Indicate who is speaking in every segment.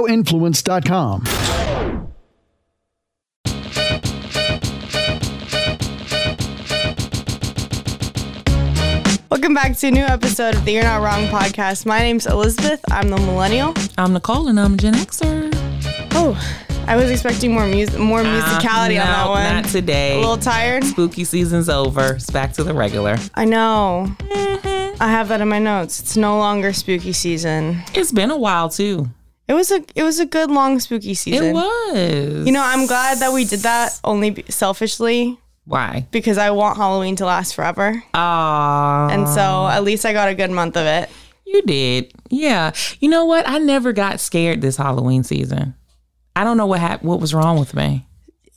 Speaker 1: radioinfluence.com.
Speaker 2: Welcome back to a new episode of the You're Not Wrong podcast. My name's Elizabeth. I'm the millennial.
Speaker 3: I'm Nicole and I'm a Gen Xer.
Speaker 2: Oh, I was expecting more music, more musicality
Speaker 3: Uh,
Speaker 2: on that
Speaker 3: no,
Speaker 2: one.
Speaker 3: Not today.
Speaker 2: A little tired.
Speaker 3: Spooky season's over. It's back to the regular.
Speaker 2: I know.
Speaker 3: Mm-hmm.
Speaker 2: I have that in my notes. It's no longer spooky season.
Speaker 3: It's been a while too.
Speaker 2: It was a it was a good long spooky season.
Speaker 3: It was.
Speaker 2: You know, I'm glad that we did that only be- selfishly
Speaker 3: why?
Speaker 2: because I want Halloween to last forever.
Speaker 3: Ah,
Speaker 2: And so at least I got a good month of it.
Speaker 3: you did. Yeah. You know what? I never got scared this Halloween season. I don't know what hap- what was wrong with me.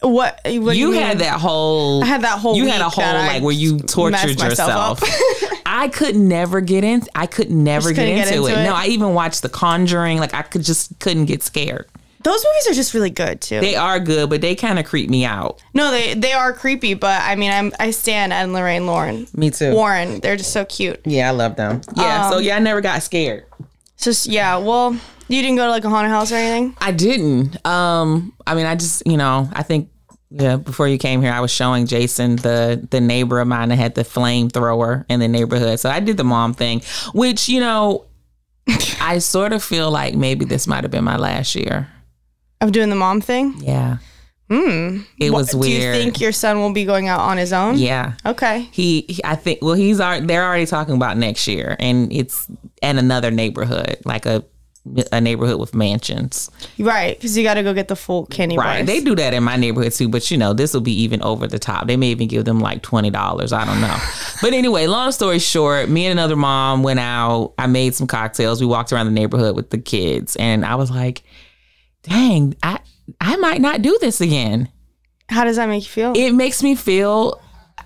Speaker 2: What, what do
Speaker 3: you
Speaker 2: mean?
Speaker 3: had that whole.
Speaker 2: I had that whole
Speaker 3: You had a
Speaker 2: week
Speaker 3: whole
Speaker 2: that I
Speaker 3: like where you tortured
Speaker 2: messed myself
Speaker 3: yourself. I could never get in. I could never
Speaker 2: Just
Speaker 3: get
Speaker 2: couldn't
Speaker 3: into,
Speaker 2: get into
Speaker 3: it.
Speaker 2: it.
Speaker 3: No, I even watched The Conjuring. Like I could just couldn't get scared.
Speaker 2: Those movies are just really good too.
Speaker 3: They are good, but they kind of creep me out.
Speaker 2: no, they they are creepy, but I mean, I'm I stand Ed and Lorraine Lauren.
Speaker 3: Me too.
Speaker 2: Warren, they're just so cute.
Speaker 3: Yeah, I love them. Yeah, so yeah, I never got scared.
Speaker 2: So s- yeah, well, you didn't go to like a haunted house or anything.
Speaker 3: I didn't. Um, I mean, I just you know, I think yeah. Before you came here, I was showing Jason the the neighbor of mine that had the flamethrower in the neighborhood. So I did the mom thing, which you know, I sort of feel like maybe this might have been my last year.
Speaker 2: I'm doing the mom thing.
Speaker 3: Yeah. Hmm. It was
Speaker 2: Do you
Speaker 3: weird.
Speaker 2: think your son will be going out on his own?
Speaker 3: yeah.
Speaker 2: Okay.
Speaker 3: He, he- I think. Well, he's already. They're already talking about next year, and it's at another neighborhood, like a a neighborhood with mansions.
Speaker 2: Right, because you got to go get the full candy
Speaker 3: Right.
Speaker 2: bars.
Speaker 3: They do that in my neighborhood too, but you know, this will be even over the top. They may even give them like $20. I don't know. but anyway, long story short, me and another mom went out. I made some cocktails. We walked around the neighborhood with the kids. And I was like, dang, I, I might not do this again.
Speaker 2: How does that make you feel?
Speaker 3: It makes me feel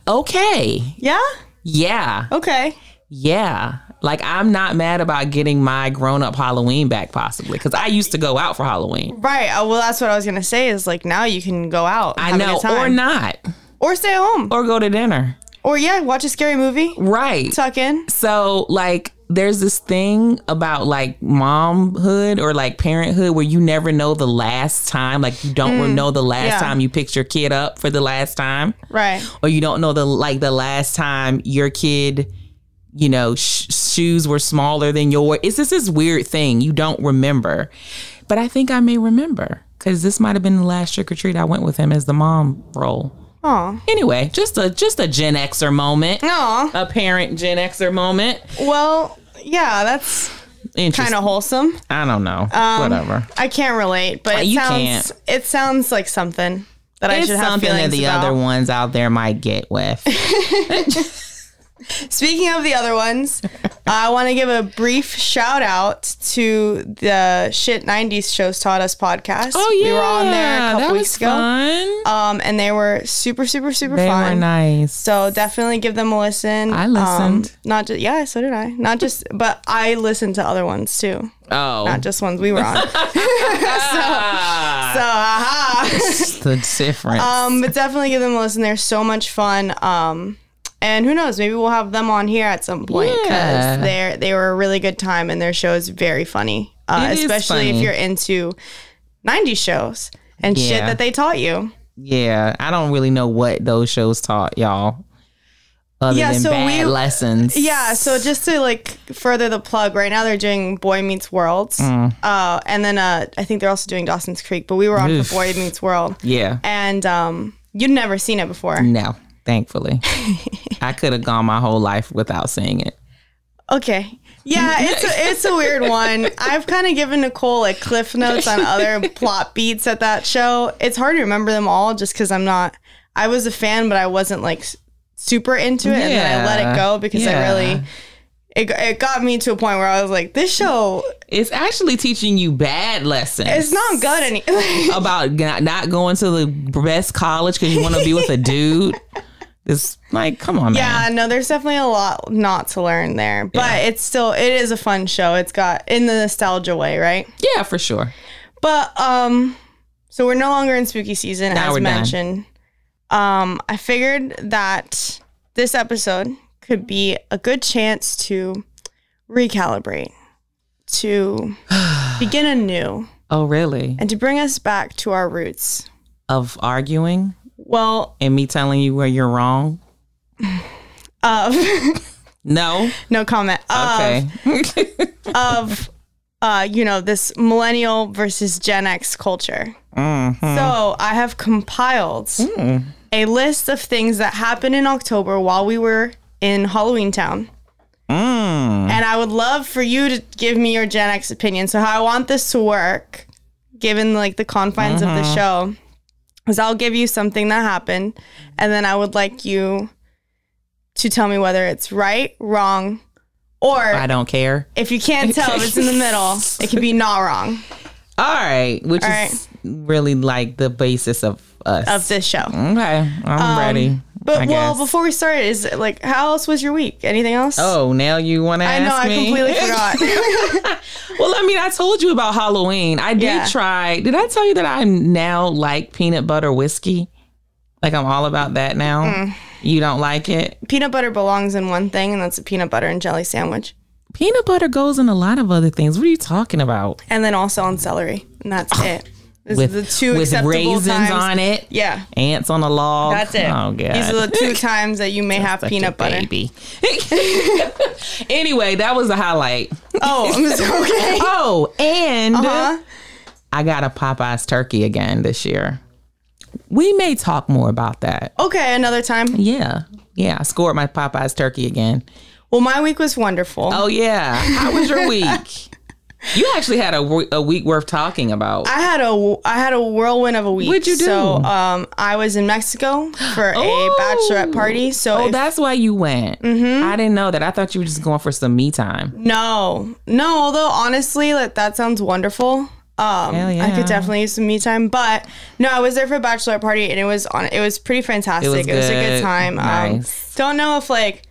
Speaker 3: okay.
Speaker 2: yeah.
Speaker 3: Yeah.
Speaker 2: Okay.
Speaker 3: Yeah. Like I'm not mad about getting my grown up Halloween back possibly because I used to go out for Halloween.
Speaker 2: Right. Uh, well, that's what I was gonna say. Is like now you can go out. and
Speaker 3: I
Speaker 2: have a
Speaker 3: know,
Speaker 2: good
Speaker 3: or
Speaker 2: time.
Speaker 3: not,
Speaker 2: or stay at home,
Speaker 3: or go to dinner.
Speaker 2: or yeah, watch a scary movie,
Speaker 3: Right.
Speaker 2: tuck in.
Speaker 3: So like there's this thing about like momhood or like parenthood where you never know the last time like you don't know the last
Speaker 2: Mm. yeah.
Speaker 3: time you picked your kid up for the last time
Speaker 2: Right.
Speaker 3: or you don't know the like the last time your kid you know sh- shoes were smaller than your it's just this weird thing you don't remember but I think I may remember cuz this might have been the last trick or treat I went with him as the mom role
Speaker 2: Oh.
Speaker 3: anyway just a just a Gen Xer moment
Speaker 2: No.
Speaker 3: a parent Gen Xer moment
Speaker 2: Well, yeah, that's kind
Speaker 3: Interesting.
Speaker 2: of wholesome.
Speaker 3: I don't know.
Speaker 2: Um,
Speaker 3: Whatever.
Speaker 2: I can't relate, but it
Speaker 3: Uh, You
Speaker 2: sounds
Speaker 3: can't.
Speaker 2: it sounds like something that I
Speaker 3: It's
Speaker 2: should have
Speaker 3: something that
Speaker 2: feelings
Speaker 3: the
Speaker 2: about.
Speaker 3: other ones out there might get with.
Speaker 2: Speaking of the other ones, uh, I want to give a brief shout out to the shit '90s shows taught us podcast. we were on there a couple
Speaker 3: Oh, that
Speaker 2: weeks
Speaker 3: was
Speaker 2: ago,
Speaker 3: Fun.
Speaker 2: um, and they were super, super, super
Speaker 3: They
Speaker 2: fun.
Speaker 3: were nice.
Speaker 2: So definitely give them a listen. Um,
Speaker 3: I listened.
Speaker 2: not just yeah, so did I. Not just, but I listened to other ones too,
Speaker 3: Oh, Ah.
Speaker 2: not just ones we were on. so, so aha.
Speaker 3: the difference.
Speaker 2: Um, but definitely give them a listen. They're so much fun. Um, and who knows? Maybe we'll have them on here at some point because
Speaker 3: Yeah.
Speaker 2: they're they were a really good time and their show is very funny, uh,
Speaker 3: It is
Speaker 2: especially if
Speaker 3: funny.
Speaker 2: you're into '90s shows and shit
Speaker 3: Yeah.
Speaker 2: that they taught you.
Speaker 3: yeah, I don't really know what those shows taught y'all, other
Speaker 2: Yeah,
Speaker 3: than
Speaker 2: so
Speaker 3: bad
Speaker 2: we-
Speaker 3: lessons.
Speaker 2: Yeah, so just to like further the plug, right now they're doing Boy Meets World,
Speaker 3: Mm.
Speaker 2: uh, and then uh, I think they're also doing Dawson's Creek. But we were on
Speaker 3: Oof.
Speaker 2: for Boy Meets World,
Speaker 3: yeah.
Speaker 2: and um, you'd never seen it before.
Speaker 3: No, thankfully, I could have gone my whole life without seeing it.
Speaker 2: Okay. Yeah, it's a, it's a weird one. I've kind of given Nicole like cliff notes on other plot beats at that show. It's hard to remember them all just because I'm not. I was a fan, but I wasn't like s- super into it, and then I let
Speaker 3: Yeah.
Speaker 2: it go because
Speaker 3: Yeah.
Speaker 2: I really. It, it got me to a point where I was like, this show
Speaker 3: It's actually teaching you bad lessons.
Speaker 2: is not good any.
Speaker 3: about not, not going to the best college because you want to be with a dude. It's like, come on, man.
Speaker 2: yeah, no, there's definitely a lot not to learn there, but it's still it is a fun show. It's got in the nostalgia way, right?
Speaker 3: Yeah, for sure.
Speaker 2: But um, so we're no longer in spooky season,
Speaker 3: Now
Speaker 2: as
Speaker 3: we're done.
Speaker 2: mentioned. Um, I figured that this episode could be a good chance to recalibrate, to begin anew,
Speaker 3: Oh, really?
Speaker 2: and to bring us back to our roots.
Speaker 3: Of arguing
Speaker 2: Well,
Speaker 3: and me telling you where you're wrong?
Speaker 2: of
Speaker 3: No.
Speaker 2: uh, no comment. Um, Of,
Speaker 3: Okay.
Speaker 2: of uh, you know this millennial versus Gen X culture. So I have compiled a list of things that happened in October while we were in Halloween Town.
Speaker 3: Mm,
Speaker 2: And I would love for you to give me your Gen X opinion. So how I want this to work, given like the confines of the show, is I'll give you something that happened, and then I would like you to tell me whether it's right, wrong, or
Speaker 3: I don't care.
Speaker 2: if you can't tell if it's in the middle, it could be not wrong
Speaker 3: All right. Which
Speaker 2: All
Speaker 3: is really like the basis of us.
Speaker 2: of this show.
Speaker 3: okay. I'm ready.
Speaker 2: But
Speaker 3: I
Speaker 2: well,
Speaker 3: guess.
Speaker 2: before we start, is like how else was your week? Anything else?
Speaker 3: Oh, now you want to
Speaker 2: I
Speaker 3: ask
Speaker 2: know I
Speaker 3: me?
Speaker 2: completely forgot.
Speaker 3: Well, I mean, I told you about Halloween. I did
Speaker 2: Yeah.
Speaker 3: try. Did I tell you that I now like peanut butter whiskey? Like I'm all about that now. You don't like it?
Speaker 2: peanut butter belongs in one thing, and that's a peanut butter and jelly sandwich,
Speaker 3: Peanut butter goes in a lot of other things. What are you talking about?
Speaker 2: and then also on celery, and that's it. This
Speaker 3: Oh, With
Speaker 2: is the two
Speaker 3: with
Speaker 2: acceptable
Speaker 3: raisins
Speaker 2: times.
Speaker 3: on it,
Speaker 2: Yeah,
Speaker 3: ants on a log.
Speaker 2: that's it.
Speaker 3: Oh god.
Speaker 2: These are the two times that you may have
Speaker 3: Such a
Speaker 2: peanut butter.
Speaker 3: Baby. anyway, that was the highlight.
Speaker 2: Oh, I'm so- okay.
Speaker 3: Oh, and
Speaker 2: Uh-huh.
Speaker 3: I got a Popeyes turkey again this year. We may talk more about that.
Speaker 2: Okay, another time.
Speaker 3: Yeah. Yeah. I scored my Popeyes turkey again.
Speaker 2: Well, my week was wonderful.
Speaker 3: Oh, yeah. How was your week? you actually had a, w- a week worth talking about.
Speaker 2: I had a I had a whirlwind of a week.
Speaker 3: What'd you do?
Speaker 2: So um, I was in Mexico for
Speaker 3: Oh.
Speaker 2: a bachelorette party. So
Speaker 3: oh,
Speaker 2: if-
Speaker 3: that's why you went. Mm-hmm. I didn't know that. I thought you were just going for some me time.
Speaker 2: no, no. Although honestly, like that sounds wonderful. Um,
Speaker 3: Hell
Speaker 2: I
Speaker 3: yeah.
Speaker 2: could definitely use some me time. But no, I was there for a bachelorette party, and it was on. It was pretty fantastic. It was, a
Speaker 3: good.
Speaker 2: good time.
Speaker 3: Nice.
Speaker 2: Um, don't know if like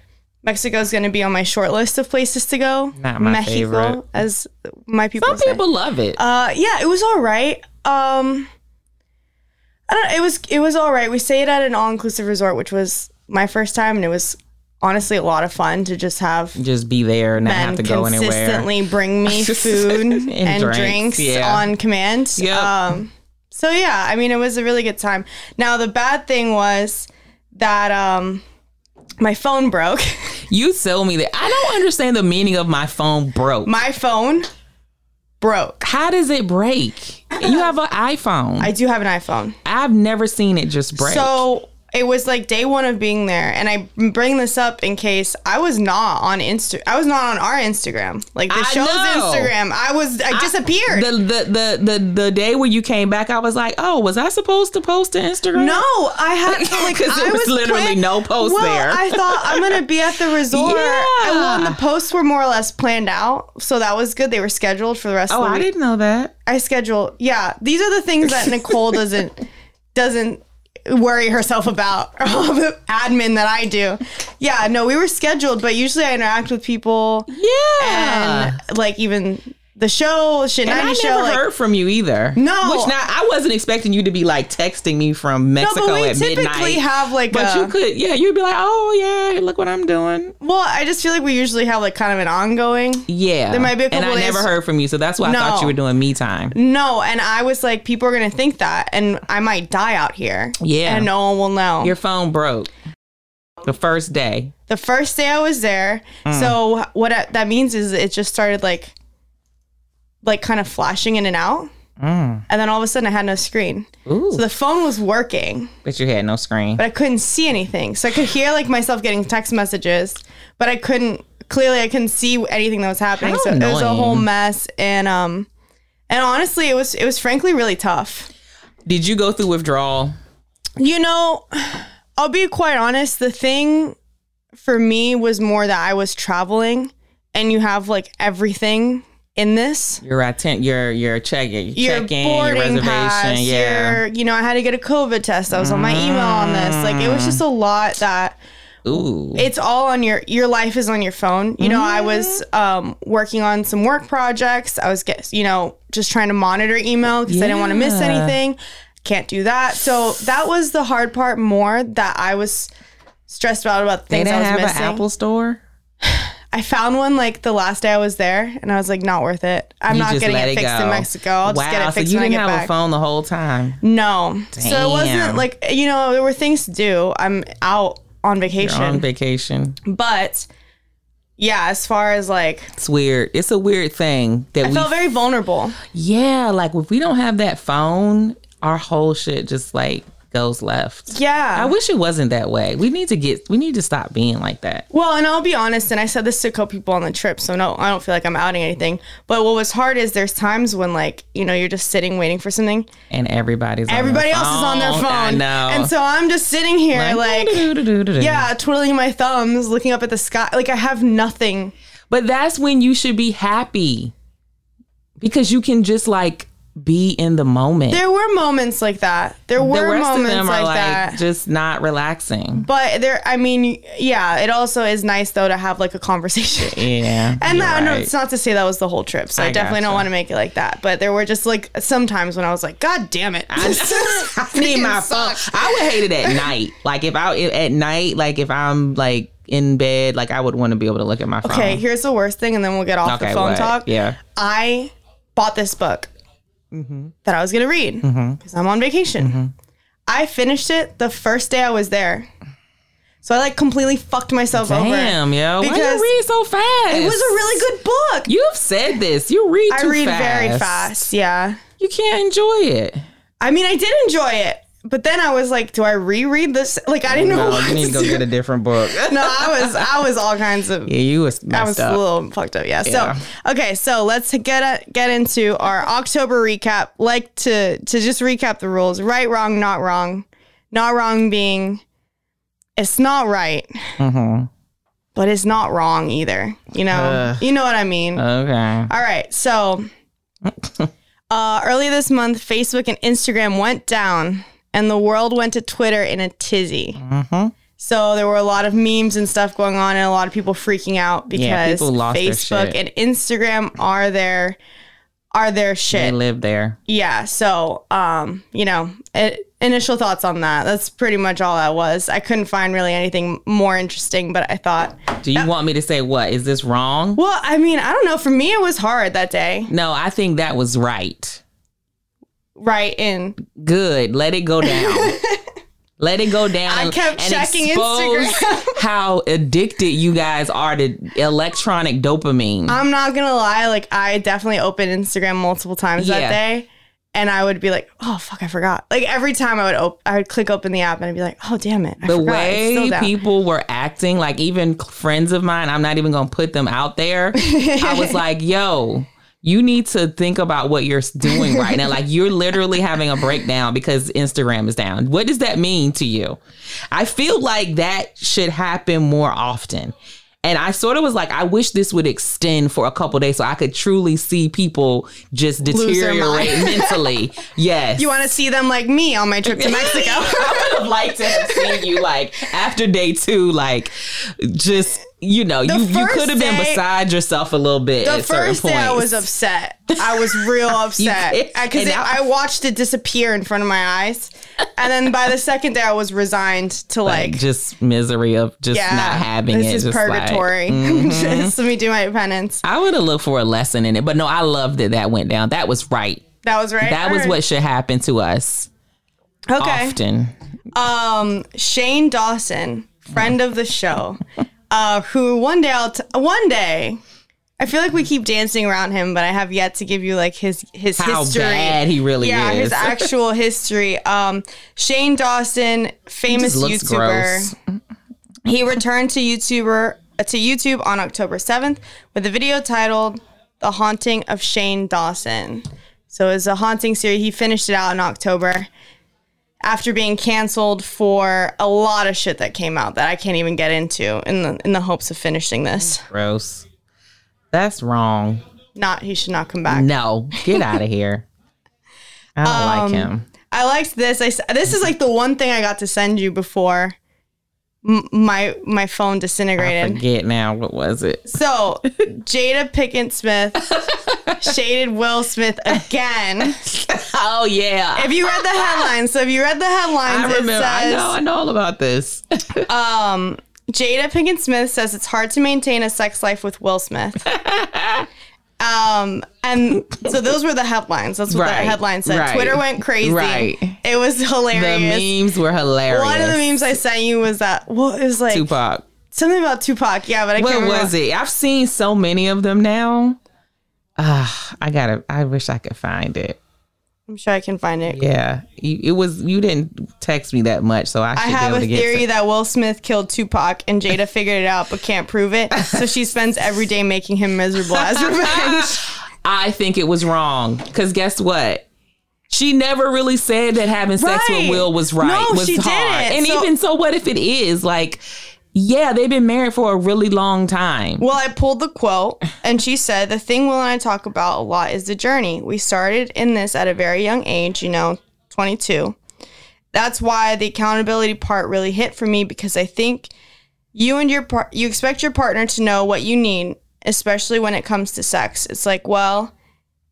Speaker 2: Mexico's going to be on my short list of places to go.
Speaker 3: Not my favorite.
Speaker 2: as my people.
Speaker 3: Some
Speaker 2: say.
Speaker 3: people love it.
Speaker 2: Uh, yeah, it was all right. Um, I don't. It was it was all right. We stayed at an all inclusive resort, which was my first time, and it was honestly a lot of fun to just have
Speaker 3: just be there and not have
Speaker 2: men
Speaker 3: to go anywhere.
Speaker 2: consistently bring me food and,
Speaker 3: And drinks,
Speaker 2: drinks,
Speaker 3: yeah.
Speaker 2: on command.
Speaker 3: Yep.
Speaker 2: Um, so yeah, I mean, it was a really good time. Now the bad thing was that um, my phone broke.
Speaker 3: You tell me that. I don't understand the meaning of my phone broke.
Speaker 2: my phone broke.
Speaker 3: How does it break? You have an iPhone.
Speaker 2: I do have an iPhone.
Speaker 3: I've never seen it just break.
Speaker 2: So it was like day one of being there, and I bring this up in case I was not on Insta. I was not on our Instagram, like the
Speaker 3: I
Speaker 2: show's
Speaker 3: know.
Speaker 2: Instagram. I was I, disappeared.
Speaker 3: the, the the the the day when you came back, I was like, oh, was I supposed to post to Instagram?
Speaker 2: no, I had like
Speaker 3: 'Cause there
Speaker 2: I
Speaker 3: was literally
Speaker 2: plan-
Speaker 3: no post
Speaker 2: Well,
Speaker 3: there.
Speaker 2: I thought I'm gonna be at the resort.
Speaker 3: Yeah.
Speaker 2: And, well, and the posts were more or less planned out, so that was good. They were scheduled for the rest
Speaker 3: Oh,
Speaker 2: of the
Speaker 3: I
Speaker 2: week.
Speaker 3: didn't know that.
Speaker 2: I schedule. Yeah, these are the things that Nicole doesn't doesn't worry herself about or all the admin that I do. Yeah, no, we were scheduled, but usually I interact with people
Speaker 3: Yeah.
Speaker 2: and like even the show, shit
Speaker 3: And I
Speaker 2: ninety
Speaker 3: never
Speaker 2: show. Like,
Speaker 3: heard from you either.
Speaker 2: No.
Speaker 3: which now I wasn't expecting you to be like texting me from
Speaker 2: no,
Speaker 3: Mexico
Speaker 2: but we
Speaker 3: at
Speaker 2: typically
Speaker 3: midnight.
Speaker 2: have like
Speaker 3: but
Speaker 2: a
Speaker 3: you could, yeah, you'd be like, oh yeah, look what I'm doing.
Speaker 2: well, I just feel like we usually have like kind of an ongoing.
Speaker 3: Yeah, there
Speaker 2: might be a
Speaker 3: and
Speaker 2: couple
Speaker 3: I
Speaker 2: days-
Speaker 3: never heard from you, so that's why I thought
Speaker 2: No.
Speaker 3: you were doing me time.
Speaker 2: No, and I was like, people are gonna think that, and I might die out here.
Speaker 3: Yeah.
Speaker 2: and no one will know.
Speaker 3: Your phone broke the first day.
Speaker 2: the first day I was there.
Speaker 3: Hmm.
Speaker 2: So what I- that means is it just started like, like kind of flashing in and out,
Speaker 3: Hmm.
Speaker 2: and then all of a sudden I had no screen.
Speaker 3: Ooh,
Speaker 2: So the phone was working,
Speaker 3: but you had no screen.
Speaker 2: but I couldn't see anything. So I could hear like myself getting text messages, but I couldn't clearly I couldn't see anything that was happening.
Speaker 3: How
Speaker 2: so it was a whole
Speaker 3: annoying.
Speaker 2: mess, and um, and honestly, it was it was frankly really tough.
Speaker 3: Did you go through withdrawal?
Speaker 2: You know, I'll be quite honest. The thing for me was more that I was traveling, and you have like everything in this.
Speaker 3: Your atten- your your check in,
Speaker 2: Your
Speaker 3: check in, your
Speaker 2: boarding
Speaker 3: reservation,
Speaker 2: pass.
Speaker 3: yeah.
Speaker 2: Your, you know, I had to get a COVID test. I was on my email on this. Like
Speaker 3: Mm.
Speaker 2: it was just a lot that
Speaker 3: Ooh,
Speaker 2: it's all on your your life is on your phone. You know, I was
Speaker 3: Mm-hmm.
Speaker 2: um, working on some work projects. I was get you know just trying to monitor email because I didn't want to miss
Speaker 3: Yeah.
Speaker 2: anything. Can't do that. So that was the hard part more that I was stressed about about the
Speaker 3: they
Speaker 2: things
Speaker 3: didn't
Speaker 2: I
Speaker 3: have
Speaker 2: was missing.
Speaker 3: an Apple store.
Speaker 2: I found one like the last day I was there, and I was like, not worth it. I'm
Speaker 3: You
Speaker 2: not
Speaker 3: just
Speaker 2: getting
Speaker 3: let
Speaker 2: it fixed
Speaker 3: go.
Speaker 2: in Mexico. I'll
Speaker 3: wow,
Speaker 2: just get it fixed
Speaker 3: so you
Speaker 2: when I
Speaker 3: didn't
Speaker 2: get
Speaker 3: have
Speaker 2: back.
Speaker 3: a phone the whole time.
Speaker 2: No, so it
Speaker 3: Damn.
Speaker 2: wasn't like you know there were things to do. I'm out on
Speaker 3: You're
Speaker 2: vacation,
Speaker 3: on vacation.
Speaker 2: but yeah, as far as like,
Speaker 3: It's weird. It's a weird thing that
Speaker 2: I
Speaker 3: we
Speaker 2: felt very vulnerable.
Speaker 3: Yeah, like if we don't have that phone, our whole shit just like goes left.
Speaker 2: Yeah,
Speaker 3: I wish it wasn't that way. We need to get we need to stop being like that.
Speaker 2: Well, and I'll be honest, and I said this to a couple people on the trip, so no, I don't feel like I'm outing anything. But what was hard is there's times when like you know you're just sitting waiting for something.
Speaker 3: And everybody's
Speaker 2: Everybody
Speaker 3: on
Speaker 2: else is on their phone,
Speaker 3: I know.
Speaker 2: and so I'm just sitting here like yeah, twiddling my thumbs, looking up at the sky. Like I have nothing.
Speaker 3: But that's when you should be happy. Because you can just like be in the moment.
Speaker 2: There were moments like that. There were
Speaker 3: the rest of
Speaker 2: moments
Speaker 3: them are
Speaker 2: like,
Speaker 3: like
Speaker 2: that.
Speaker 3: just not relaxing.
Speaker 2: but there, I mean, yeah, it also is nice though to have like a conversation.
Speaker 3: Yeah.
Speaker 2: And
Speaker 3: you're
Speaker 2: that, no,
Speaker 3: right.
Speaker 2: it's not to say that was the whole trip. So I,
Speaker 3: I
Speaker 2: definitely
Speaker 3: gotcha.
Speaker 2: don't want to make it like that. But there were just like sometimes when I was like, God damn it.
Speaker 3: I need my phone. I would hate it at night. Like if I if, at night, like if I'm like in bed, like I would want to be able to look at my phone.
Speaker 2: Okay, here's the worst thing, and then we'll get off
Speaker 3: Okay,
Speaker 2: the phone
Speaker 3: what?
Speaker 2: talk.
Speaker 3: Yeah. Mm-hmm.
Speaker 2: I bought this book that I was going to read because I'm on vacation. I finished it the first day I was there. So I like completely fucked myself over.
Speaker 3: Damn, yo, why
Speaker 2: Because
Speaker 3: you read so fast?
Speaker 2: It was a really good book.
Speaker 3: You've said this. You read
Speaker 2: I
Speaker 3: too
Speaker 2: read
Speaker 3: fast.
Speaker 2: very fast. Yeah.
Speaker 3: You can't enjoy it.
Speaker 2: I mean, I did enjoy it, but then I was like, do I reread this? Like, I didn't know.
Speaker 3: No,
Speaker 2: what
Speaker 3: you need to go
Speaker 2: do.
Speaker 3: get a different book.
Speaker 2: no, I was I was all kinds of
Speaker 3: Yeah, you was
Speaker 2: I
Speaker 3: messed
Speaker 2: was a
Speaker 3: up.
Speaker 2: little fucked up. Yeah.
Speaker 3: Yeah.
Speaker 2: So okay, so let's get a, get into our October recap. Like to to just recap the rules: right, wrong, not wrong. Not wrong being it's not right, but it's not wrong either. You know,
Speaker 3: Mm-hmm. Ugh.
Speaker 2: you know what I mean.
Speaker 3: Okay.
Speaker 2: All right, so uh, early this month, Facebook and Instagram went down, and the world went to Twitter in a tizzy.
Speaker 3: Mm-hmm.
Speaker 2: So there were a lot of memes and stuff going on, and a lot of people freaking out
Speaker 3: Yeah,
Speaker 2: because
Speaker 3: people lost their
Speaker 2: Facebook
Speaker 3: shit.
Speaker 2: and Instagram are their are their
Speaker 3: They
Speaker 2: shit.
Speaker 3: live there.
Speaker 2: yeah. So, um, you know, it, initial thoughts on that. That's pretty much all that was. I couldn't find really anything more interesting, but I thought,
Speaker 3: Do you want me to say what? Is this wrong?
Speaker 2: well, I mean, I don't know. For me, it was hard that day.
Speaker 3: No, I think that was right.
Speaker 2: Right in
Speaker 3: good. Let it go down. Let it go down.
Speaker 2: I kept checking
Speaker 3: expose how addicted you guys are to electronic dopamine.
Speaker 2: I'm not gonna lie, like I definitely opened Instagram multiple times
Speaker 3: Yeah.
Speaker 2: that day. And I would be like, oh fuck, I forgot. Like every time I would op- I would click open the app and I'd be like, oh damn it, I
Speaker 3: the
Speaker 2: forgot. it's still
Speaker 3: way
Speaker 2: down.
Speaker 3: people were acting, like even c- friends of mine, I'm not even gonna put them out there. I was like, yo. You need to think about what you're s- doing right now. Like you're literally having a breakdown because Instagram is down. What does that mean to you? I feel like that should happen more often. And I sort of was like, I wish this would extend for a couple days so I could truly see people just
Speaker 2: Lose their mind.
Speaker 3: deteriorate mentally. Yes.
Speaker 2: you want to see them like me on my trip to Mexico?
Speaker 3: I would have liked to have seen you like after day two, like just you know, you, you
Speaker 2: first
Speaker 3: could have been
Speaker 2: day-
Speaker 3: beside yourself a little bit
Speaker 2: the
Speaker 3: at certain
Speaker 2: first
Speaker 3: points.
Speaker 2: day I was upset. I was real
Speaker 3: did.
Speaker 2: upset because
Speaker 3: And I-
Speaker 2: I, watched it disappear in front of my eyes, and then by the second day I was resigned to
Speaker 3: like,
Speaker 2: like,
Speaker 3: just misery of just
Speaker 2: yeah,
Speaker 3: not having
Speaker 2: this
Speaker 3: it.
Speaker 2: is
Speaker 3: just like- mm-hmm.
Speaker 2: purgatory. just let me do my penance.
Speaker 3: I would have looked for a lesson in it, but no, I love that that went down. That was right.
Speaker 2: That was right.
Speaker 3: That was what should happen to us
Speaker 2: what okay.
Speaker 3: often.
Speaker 2: um, Shane Dawson, friend of the show, uh, who one day I'll t- one day. I feel like we keep dancing around him, but I have yet to give you like his his
Speaker 3: How
Speaker 2: history.
Speaker 3: bad he really
Speaker 2: yeah,
Speaker 3: is.
Speaker 2: his actual history. Um, Shane Dawson, famous
Speaker 3: Just looks
Speaker 2: YouTuber,
Speaker 3: gross.
Speaker 2: he returned to YouTuber uh, to YouTube on October seventh with a video titled "The Haunting of Shane Dawson." So it's a haunting series. He finished it out in October after being canceled for a lot of shit that came out that I can't even get into in the in the hopes of finishing this.
Speaker 3: Gross. That's wrong.
Speaker 2: Not he should not come back.
Speaker 3: No, get out of here. I don't
Speaker 2: Um,
Speaker 3: like him.
Speaker 2: I liked this. I s- this is like the one thing I got to send you before m- my my phone
Speaker 3: I
Speaker 2: disintegrated.
Speaker 3: forget now. What was it?
Speaker 2: So Jada Pickett Smith shaded Will Smith again.
Speaker 3: Oh yeah.
Speaker 2: If you read the headlines, so if you read the headlines,
Speaker 3: I remember.
Speaker 2: it says
Speaker 3: I know. I know all about this.
Speaker 2: Jada Pinkett Smith says it's hard to maintain a sex life with Will Smith. um, and so those were the headlines. That's what
Speaker 3: Right,
Speaker 2: the headline said.
Speaker 3: right,
Speaker 2: Twitter went crazy.
Speaker 3: right.
Speaker 2: It was
Speaker 3: The
Speaker 2: hilarious.
Speaker 3: memes were hilarious.
Speaker 2: One of the memes I sent you was that well, it was like
Speaker 3: Tupac.
Speaker 2: something about Tupac. Yeah, but I
Speaker 3: What
Speaker 2: can't remember.
Speaker 3: was it? I've seen so many of them now. Ah, I gotta. I wish I could find it.
Speaker 2: I'm sure I can find it.
Speaker 3: Yeah, you, it was. You didn't text me that much, so I should
Speaker 2: I
Speaker 3: be
Speaker 2: have
Speaker 3: able
Speaker 2: a
Speaker 3: to get.
Speaker 2: theory
Speaker 3: to-
Speaker 2: that Will Smith killed Tupac and Jada figured it out but can't prove it. So she spends every day making him miserable as revenge.
Speaker 3: I think it was wrong because guess what? She never really said that having sex with
Speaker 2: Right.
Speaker 3: Will was right.
Speaker 2: No,
Speaker 3: was
Speaker 2: she
Speaker 3: hard.
Speaker 2: didn't.
Speaker 3: And
Speaker 2: So-
Speaker 3: even so, what if it is like? Yeah, they've been married for a really long time.
Speaker 2: Well, I pulled the quote and she said, The thing Will and I talk about a lot is the journey. We started in this at a very young age, you know, 22. That's why the accountability part really hit for me because I think you and your par- you expect your partner to know what you need, especially when it comes to sex. It's like, well,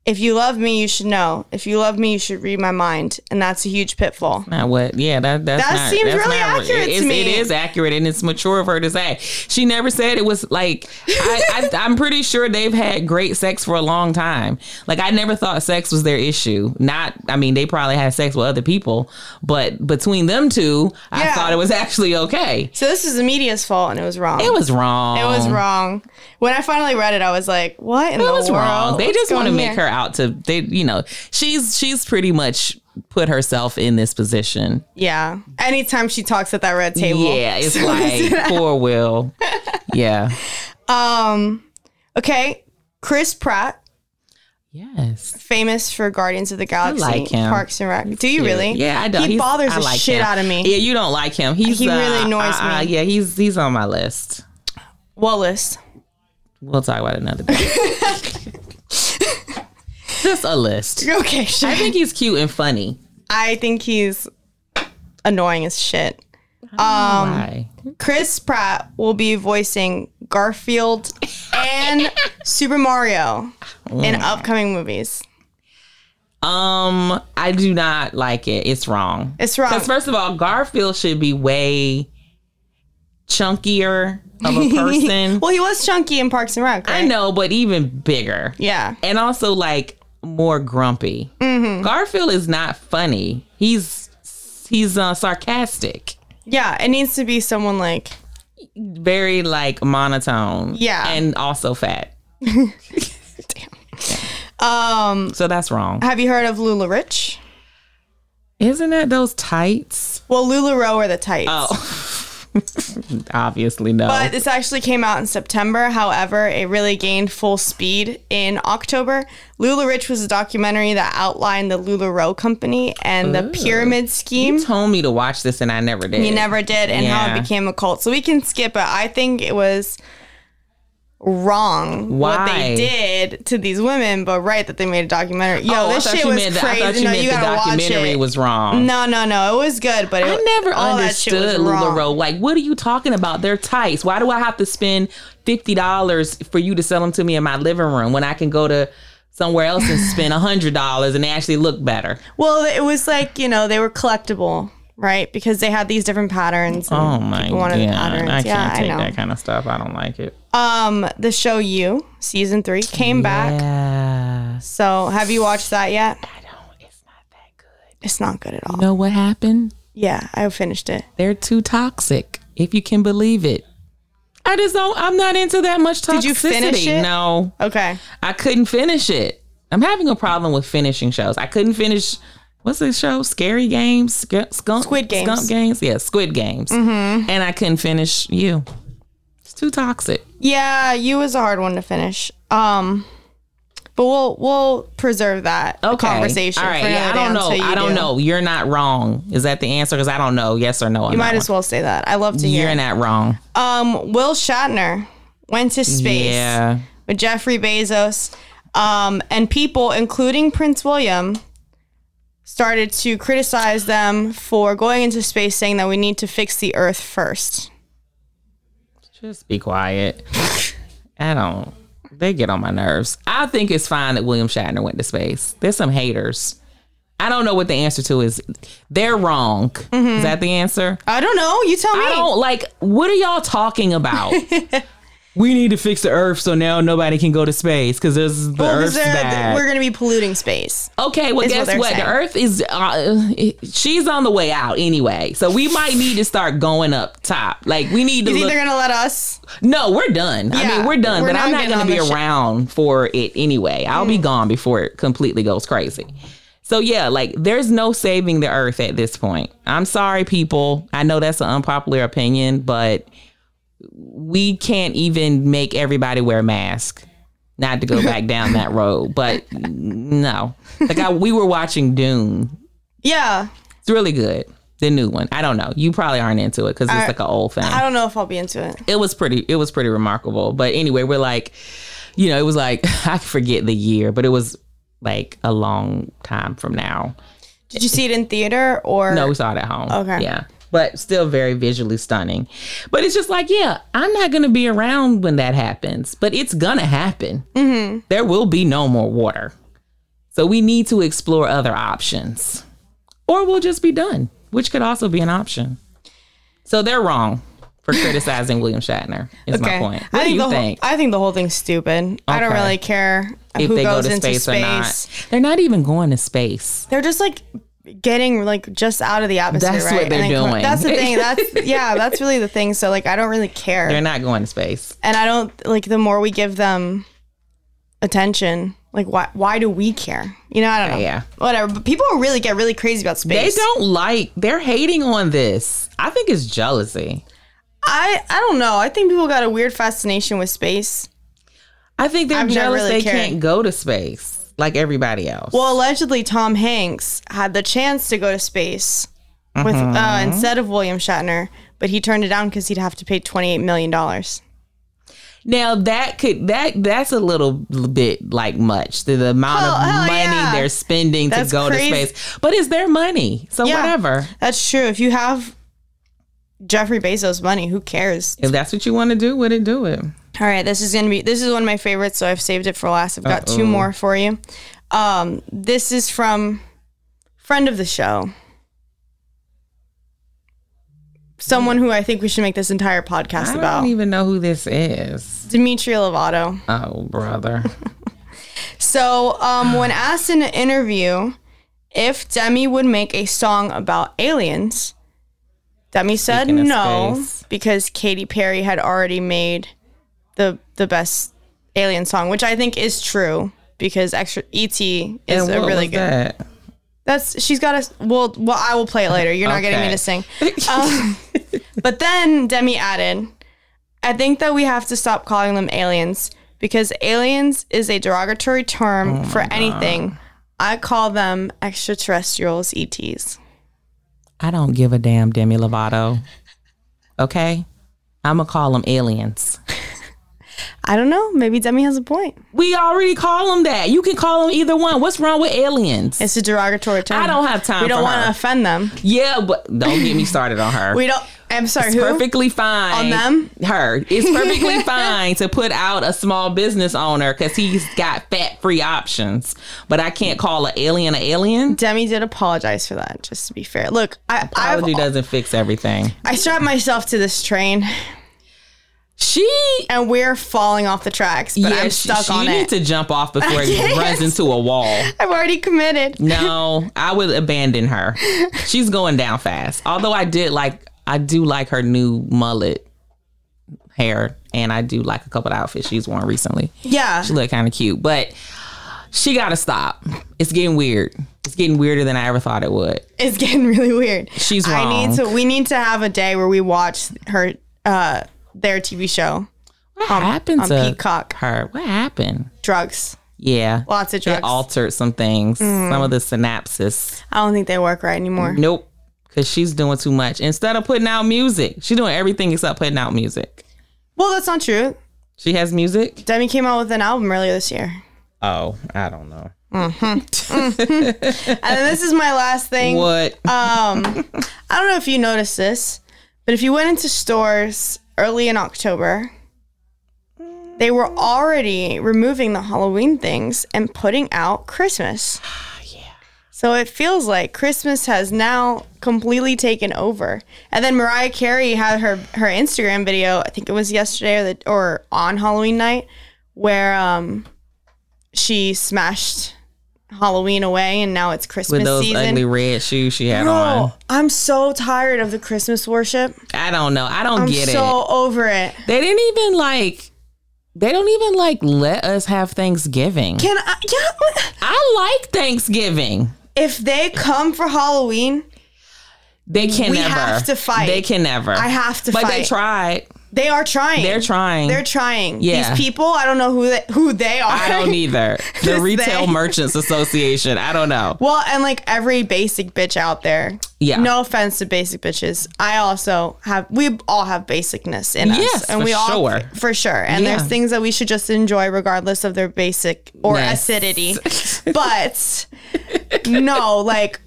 Speaker 2: if you love me, you should know. If you love me, you should read my mind, and that's a huge pitfall.
Speaker 3: Not what? Yeah, that that's
Speaker 2: That
Speaker 3: not-
Speaker 2: seems
Speaker 3: that's
Speaker 2: really
Speaker 3: not-
Speaker 2: accurate to
Speaker 3: it is-
Speaker 2: me.
Speaker 3: It is accurate, and it's mature of her to say. She never said it was like. I, I, I'm pretty sure they've had great sex for a long time. Like I never thought sex was their issue. Not, I mean, they probably had sex with other people, but between them two, I
Speaker 2: Yeah.
Speaker 3: thought it was actually okay.
Speaker 2: So this is the media's fault, and it was wrong.
Speaker 3: It was wrong.
Speaker 2: It was wrong. When I finally read it, I was like, "What in
Speaker 3: It
Speaker 2: the
Speaker 3: was
Speaker 2: world?"
Speaker 3: wrong. They
Speaker 2: What's
Speaker 3: just want to
Speaker 2: going
Speaker 3: make
Speaker 2: here?
Speaker 3: her out to they. You know, she's she's pretty much put herself in this position.
Speaker 2: Yeah. Anytime she talks at that red table.
Speaker 3: Yeah, it's like poor Will. Yeah.
Speaker 2: Okay. Chris Pratt,
Speaker 3: Yes.
Speaker 2: famous for Guardians of the Galaxy,
Speaker 3: like him.
Speaker 2: Parks and Rec. Do you really?
Speaker 3: Yeah, I do.
Speaker 2: He
Speaker 3: He's-
Speaker 2: bothers
Speaker 3: I
Speaker 2: the
Speaker 3: like
Speaker 2: shit
Speaker 3: him.
Speaker 2: out of me.
Speaker 3: Yeah, you don't like him. He's
Speaker 2: He
Speaker 3: uh,
Speaker 2: really annoys
Speaker 3: uh,
Speaker 2: me.
Speaker 3: Yeah, he's he's on my list.
Speaker 2: Wallace.
Speaker 3: We'll talk about it another day. Just a list.
Speaker 2: Okay, sure.
Speaker 3: I think he's cute and funny.
Speaker 2: I think he's annoying as shit. Um,
Speaker 3: Why?
Speaker 2: Chris Pratt will be voicing Garfield and Super Mario in
Speaker 3: Mm.
Speaker 2: upcoming movies.
Speaker 3: Um, I do not like it. It's wrong.
Speaker 2: It's wrong.
Speaker 3: Because first of all, Garfield should be way chunkier of a person.
Speaker 2: Well, he was chunky in Parks and Rec, right?
Speaker 3: I know, but even bigger.
Speaker 2: Yeah.
Speaker 3: and also like more grumpy.
Speaker 2: Mm-hmm.
Speaker 3: Garfield is not funny. He's he's uh, sarcastic,
Speaker 2: Yeah, it needs to be someone like
Speaker 3: very like monotone.
Speaker 2: Yeah.
Speaker 3: and also fat.
Speaker 2: um
Speaker 3: So that's wrong,
Speaker 2: have you heard of Lula Rich?
Speaker 3: isn't that those tights?
Speaker 2: Well, Lula Rowe are the tights.
Speaker 3: Oh, obviously no.
Speaker 2: But this actually came out in September. However, it really gained full speed in October. Lula Rich was a documentary that outlined the Lula Rowe company and the pyramid scheme.
Speaker 3: you told me to watch this and I never did.
Speaker 2: You never did, and how
Speaker 3: Yeah.
Speaker 2: it became a cult. So we can skip it. I think it was wrong what
Speaker 3: Why?
Speaker 2: they did to these women, but right that they made a documentary. Yo,
Speaker 3: Oh, I
Speaker 2: this
Speaker 3: thought
Speaker 2: shit
Speaker 3: you
Speaker 2: was
Speaker 3: meant the- I
Speaker 2: crazy.
Speaker 3: thought you
Speaker 2: no,
Speaker 3: meant
Speaker 2: you
Speaker 3: the
Speaker 2: gotta watch
Speaker 3: documentary
Speaker 2: it.
Speaker 3: was wrong.
Speaker 2: No, no, no. It was good, but it,
Speaker 3: I never
Speaker 2: all that shit was
Speaker 3: understood
Speaker 2: wrong.
Speaker 3: LuLaRoe. Like, what are you talking about? They're tights. Why do I have to spend fifty dollars for you to sell them to me in my living room when I can go to somewhere else and spend hundred dollars and they actually look better?
Speaker 2: Well, it was like you know they were collectible, right? Because they had these different patterns. and
Speaker 3: Oh my
Speaker 2: people
Speaker 3: god!
Speaker 2: wanted the patterns.
Speaker 3: I can't
Speaker 2: yeah,
Speaker 3: take
Speaker 2: I know.
Speaker 3: that kind of stuff. I don't like it.
Speaker 2: Um, the show you season three came back.
Speaker 3: Yeah,
Speaker 2: So have you watched that yet?
Speaker 3: I don't. It's not that good.
Speaker 2: It's not good at all.
Speaker 3: You know what happened?
Speaker 2: Yeah, I finished it.
Speaker 3: They're too toxic. If you can believe it. I just don't. I'm not into that much toxicity.
Speaker 2: you finish it?
Speaker 3: No.
Speaker 2: Okay.
Speaker 3: I couldn't finish it. I'm having a problem with finishing shows. I couldn't finish. What's this show? Scary Games, Sc- Skunk,
Speaker 2: Squid Games. Mm-hmm.
Speaker 3: Skunk Games. Yeah, Squid Games. And I couldn't finish you. It's too toxic.
Speaker 2: Yeah, you was a hard one to finish. Um, but we'll we'll preserve that
Speaker 3: Okay.
Speaker 2: conversation.
Speaker 3: All right. Yeah, I
Speaker 2: another day
Speaker 3: don't know.
Speaker 2: until you
Speaker 3: I don't
Speaker 2: do.
Speaker 3: know. You're not wrong. Is that the answer? Because I don't know. Yes or no.
Speaker 2: You might as well say that. I love to hear.
Speaker 3: You're
Speaker 2: it.
Speaker 3: not wrong.
Speaker 2: um, Will Shatner went to space
Speaker 3: Yeah.
Speaker 2: with Jeffrey Bezos, um, and people, including Prince William, started to criticize them for going into space, saying that we need to fix the Earth first.
Speaker 3: Just be quiet. I don't. They get on my nerves. I think it's fine that William Shatner went to space. There's some haters. I don't know what the answer to is. They're wrong. Is that the answer?
Speaker 2: I don't know. You tell me.
Speaker 3: I don't like what are y'all talking about? we need to fix the earth so now nobody can go to space because there's the
Speaker 2: Well, 'cause
Speaker 3: earth's
Speaker 2: they're-
Speaker 3: bad.
Speaker 2: we're going to be polluting space.
Speaker 3: Okay, well,
Speaker 2: Is what
Speaker 3: guess what?
Speaker 2: they're saying.
Speaker 3: The Earth is, uh, it- she's on the way out anyway. So we might need to start going up top. Like, we need to
Speaker 2: You think
Speaker 3: look.
Speaker 2: they're going to let us?
Speaker 3: no, we're done. I
Speaker 2: Yeah,
Speaker 3: mean, we're done,
Speaker 2: we're
Speaker 3: but I'm
Speaker 2: not getting
Speaker 3: not going
Speaker 2: on
Speaker 3: to be
Speaker 2: this shit. Mm.
Speaker 3: around for it anyway. I'll be gone before it completely goes crazy. So, yeah, like, there's no saving the Earth at this point. I'm sorry, people. I know that's an unpopular opinion, but we can't even make everybody wear a mask not to go back down that road but no like I, we were watching dune
Speaker 2: Yeah.
Speaker 3: it's really good the new one i don't know you probably aren't into it because it's
Speaker 2: I-
Speaker 3: like an old thing
Speaker 2: I don't know if I'll be into it.
Speaker 3: it was pretty it was pretty remarkable but anyway we're like you know it was like i forget the year but it was like a long time from now
Speaker 2: Did you see it in theater or?
Speaker 3: No, we saw it at home.
Speaker 2: Okay.
Speaker 3: Yeah. But still very visually stunning. But it's just like, yeah, I'm not going to be around when that happens, but it's going to happen.
Speaker 2: Mm-hmm.
Speaker 3: There will be no more water. So we need to explore other options or we'll just be done, which could also be an option. So they're wrong for criticizing William Shatner, is my point. What do you
Speaker 2: the whole-
Speaker 3: think?
Speaker 2: I think the whole thing's stupid. I don't
Speaker 3: Okay.
Speaker 2: really care
Speaker 3: if
Speaker 2: who
Speaker 3: they
Speaker 2: goes
Speaker 3: go to
Speaker 2: into
Speaker 3: space,
Speaker 2: space.
Speaker 3: or not, they're not even going to space.
Speaker 2: They're just like getting like just out of the atmosphere.
Speaker 3: That's what
Speaker 2: right?
Speaker 3: they're
Speaker 2: And then come-
Speaker 3: doing.
Speaker 2: That's the thing. That's yeah. That's really the thing. So like, I don't really care,
Speaker 3: They're not going to space.
Speaker 2: and I don't like the more we give them attention. Like, why? Why do we care? You know, I don't know.
Speaker 3: Yeah.
Speaker 2: Whatever. But people really get really crazy about
Speaker 3: They
Speaker 2: space.
Speaker 3: don't like, they're hating on this. I think it's jealousy.
Speaker 2: I I don't know. I think people got a weird fascination with space.
Speaker 3: I think they're
Speaker 2: I've never
Speaker 3: jealous
Speaker 2: really
Speaker 3: they
Speaker 2: cared.
Speaker 3: can't go to space like everybody else.
Speaker 2: Well, allegedly, Tom Hanks had the chance to go to space with uh,
Speaker 3: Mm-hmm.
Speaker 2: instead of William Shatner, but he turned it down because he'd have to pay twenty eight million dollars.
Speaker 3: now that could that that's a little bit like much the, the amount
Speaker 2: Hell-
Speaker 3: of
Speaker 2: hell
Speaker 3: money
Speaker 2: yeah.
Speaker 3: they're spending
Speaker 2: That's
Speaker 3: to go
Speaker 2: crazy.
Speaker 3: to space, but it's their money, so
Speaker 2: Yeah.
Speaker 3: whatever.
Speaker 2: That's true. If you have Jeffrey Bezos' money, who cares?
Speaker 3: If that's what you want to do, with it, do it.
Speaker 2: All right, this is gonna be this is one of my favorites, so I've saved it for last. I've got two more for you. Um, this is from friend of the show, someone who I think we should make this entire podcast
Speaker 3: I don't
Speaker 2: about,
Speaker 3: even know who this is.
Speaker 2: Dimitri Lovato.
Speaker 3: Oh, brother.
Speaker 2: So, um, when asked in an interview if Demi would make a song about aliens, Demi said
Speaker 3: Speaking of
Speaker 2: no
Speaker 3: space.
Speaker 2: because Katy Perry had already made the the best alien song, which I think is true because extra ET is
Speaker 3: And
Speaker 2: a
Speaker 3: what
Speaker 2: really
Speaker 3: was
Speaker 2: good.
Speaker 3: that?
Speaker 2: That's she's got a well. Well, I will play it later. You're not getting me
Speaker 3: Okay.
Speaker 2: to sing. Um, but then Demi added, "I think that we have to stop calling them aliens because aliens is a derogatory
Speaker 3: Oh
Speaker 2: term for anything. I call them extraterrestrials, E ETs.
Speaker 3: I don't give a damn, Demi Lovato. Okay, I'm gonna call them aliens.
Speaker 2: I don't know. Maybe Demi has a point.
Speaker 3: We already call them that. You can call them either one. What's wrong with aliens?
Speaker 2: It's a derogatory term.
Speaker 3: I don't have time.
Speaker 2: We don't
Speaker 3: for
Speaker 2: want
Speaker 3: her.
Speaker 2: to offend them.
Speaker 3: Yeah, but don't get me started on her.
Speaker 2: We don't. I'm sorry. Who?
Speaker 3: perfectly fine
Speaker 2: On them?
Speaker 3: Her. It's perfectly fine to put out a small business owner because he's got fat free options. But I can't call an alien an alien.
Speaker 2: Demi did apologize for that. Just to be fair. Look, I I've,
Speaker 3: Apology doesn't fix everything.
Speaker 2: I strapped myself to this train.
Speaker 3: She.
Speaker 2: and we're falling off the tracks, but
Speaker 3: yeah,
Speaker 2: I'm
Speaker 3: she-
Speaker 2: stuck
Speaker 3: she,
Speaker 2: on
Speaker 3: needs
Speaker 2: it.
Speaker 3: to jump off before it runs into a wall.
Speaker 2: I've already committed.
Speaker 3: No, I would abandon her. She's going down fast. Although I did like, I do like her new mullet hair, and I do like a couple of outfits she's worn recently.
Speaker 2: Yeah.
Speaker 3: She looked kind of cute, but she got to stop. It's getting weird. It's getting weirder than I ever thought it would.
Speaker 2: It's getting really weird.
Speaker 3: She's wrong.
Speaker 2: I need to we need to have a day where we watch her uh their TV show.
Speaker 3: what happened
Speaker 2: on
Speaker 3: to
Speaker 2: Peacock.
Speaker 3: her? What happened?
Speaker 2: Drugs.
Speaker 3: Yeah.
Speaker 2: Lots of drugs. Mm.
Speaker 3: It altered some things, some of the synapses.
Speaker 2: I don't think they work right anymore.
Speaker 3: Nope. Because she's doing too much. Instead of putting out music, she's doing everything except putting out music.
Speaker 2: Well, that's not true.
Speaker 3: She has music?
Speaker 2: Demi came out with an album earlier this year.
Speaker 3: Oh, I don't know.
Speaker 2: And then this is my last thing.
Speaker 3: What?
Speaker 2: Uh, I don't know if you noticed this, but if you went into stores early in October, they were already removing the Halloween things and putting out Christmas. yeah. So it feels like Christmas has now completely taken over. And then Mariah Carey had her her Instagram video. I think it was yesterday or the, or on Halloween night where um she smashed Halloween away and now it's Christmas
Speaker 3: with those
Speaker 2: season.
Speaker 3: ugly red shoes she had on.
Speaker 2: Bro, I'm so tired of the Christmas worship.
Speaker 3: I don't know. I don't
Speaker 2: I'm
Speaker 3: get it.
Speaker 2: so over it.
Speaker 3: They didn't even like. They don't even like let us have Thanksgiving.
Speaker 2: Can I? Yeah.
Speaker 3: I like Thanksgiving.
Speaker 2: If they come for Halloween,
Speaker 3: They can
Speaker 2: We
Speaker 3: never.
Speaker 2: have to fight.
Speaker 3: They can never.
Speaker 2: I have to
Speaker 3: But they
Speaker 2: fight.
Speaker 3: tried.
Speaker 2: they are trying.
Speaker 3: They're trying.
Speaker 2: They're trying.
Speaker 3: Yeah.
Speaker 2: These people, I don't know who they, who they are.
Speaker 3: I don't either. The
Speaker 2: This
Speaker 3: Retail
Speaker 2: thing.
Speaker 3: Merchants Association. I don't know.
Speaker 2: Well, and like every basic bitch out there.
Speaker 3: Yeah.
Speaker 2: No offense to basic bitches. I also have. We all have basicness in
Speaker 3: Yes,
Speaker 2: us, and
Speaker 3: for
Speaker 2: we all
Speaker 3: sure.
Speaker 2: for sure. And
Speaker 3: Yeah.
Speaker 2: there's things that we should just enjoy regardless of their basic or
Speaker 3: Yes.
Speaker 2: acidity. but no, like,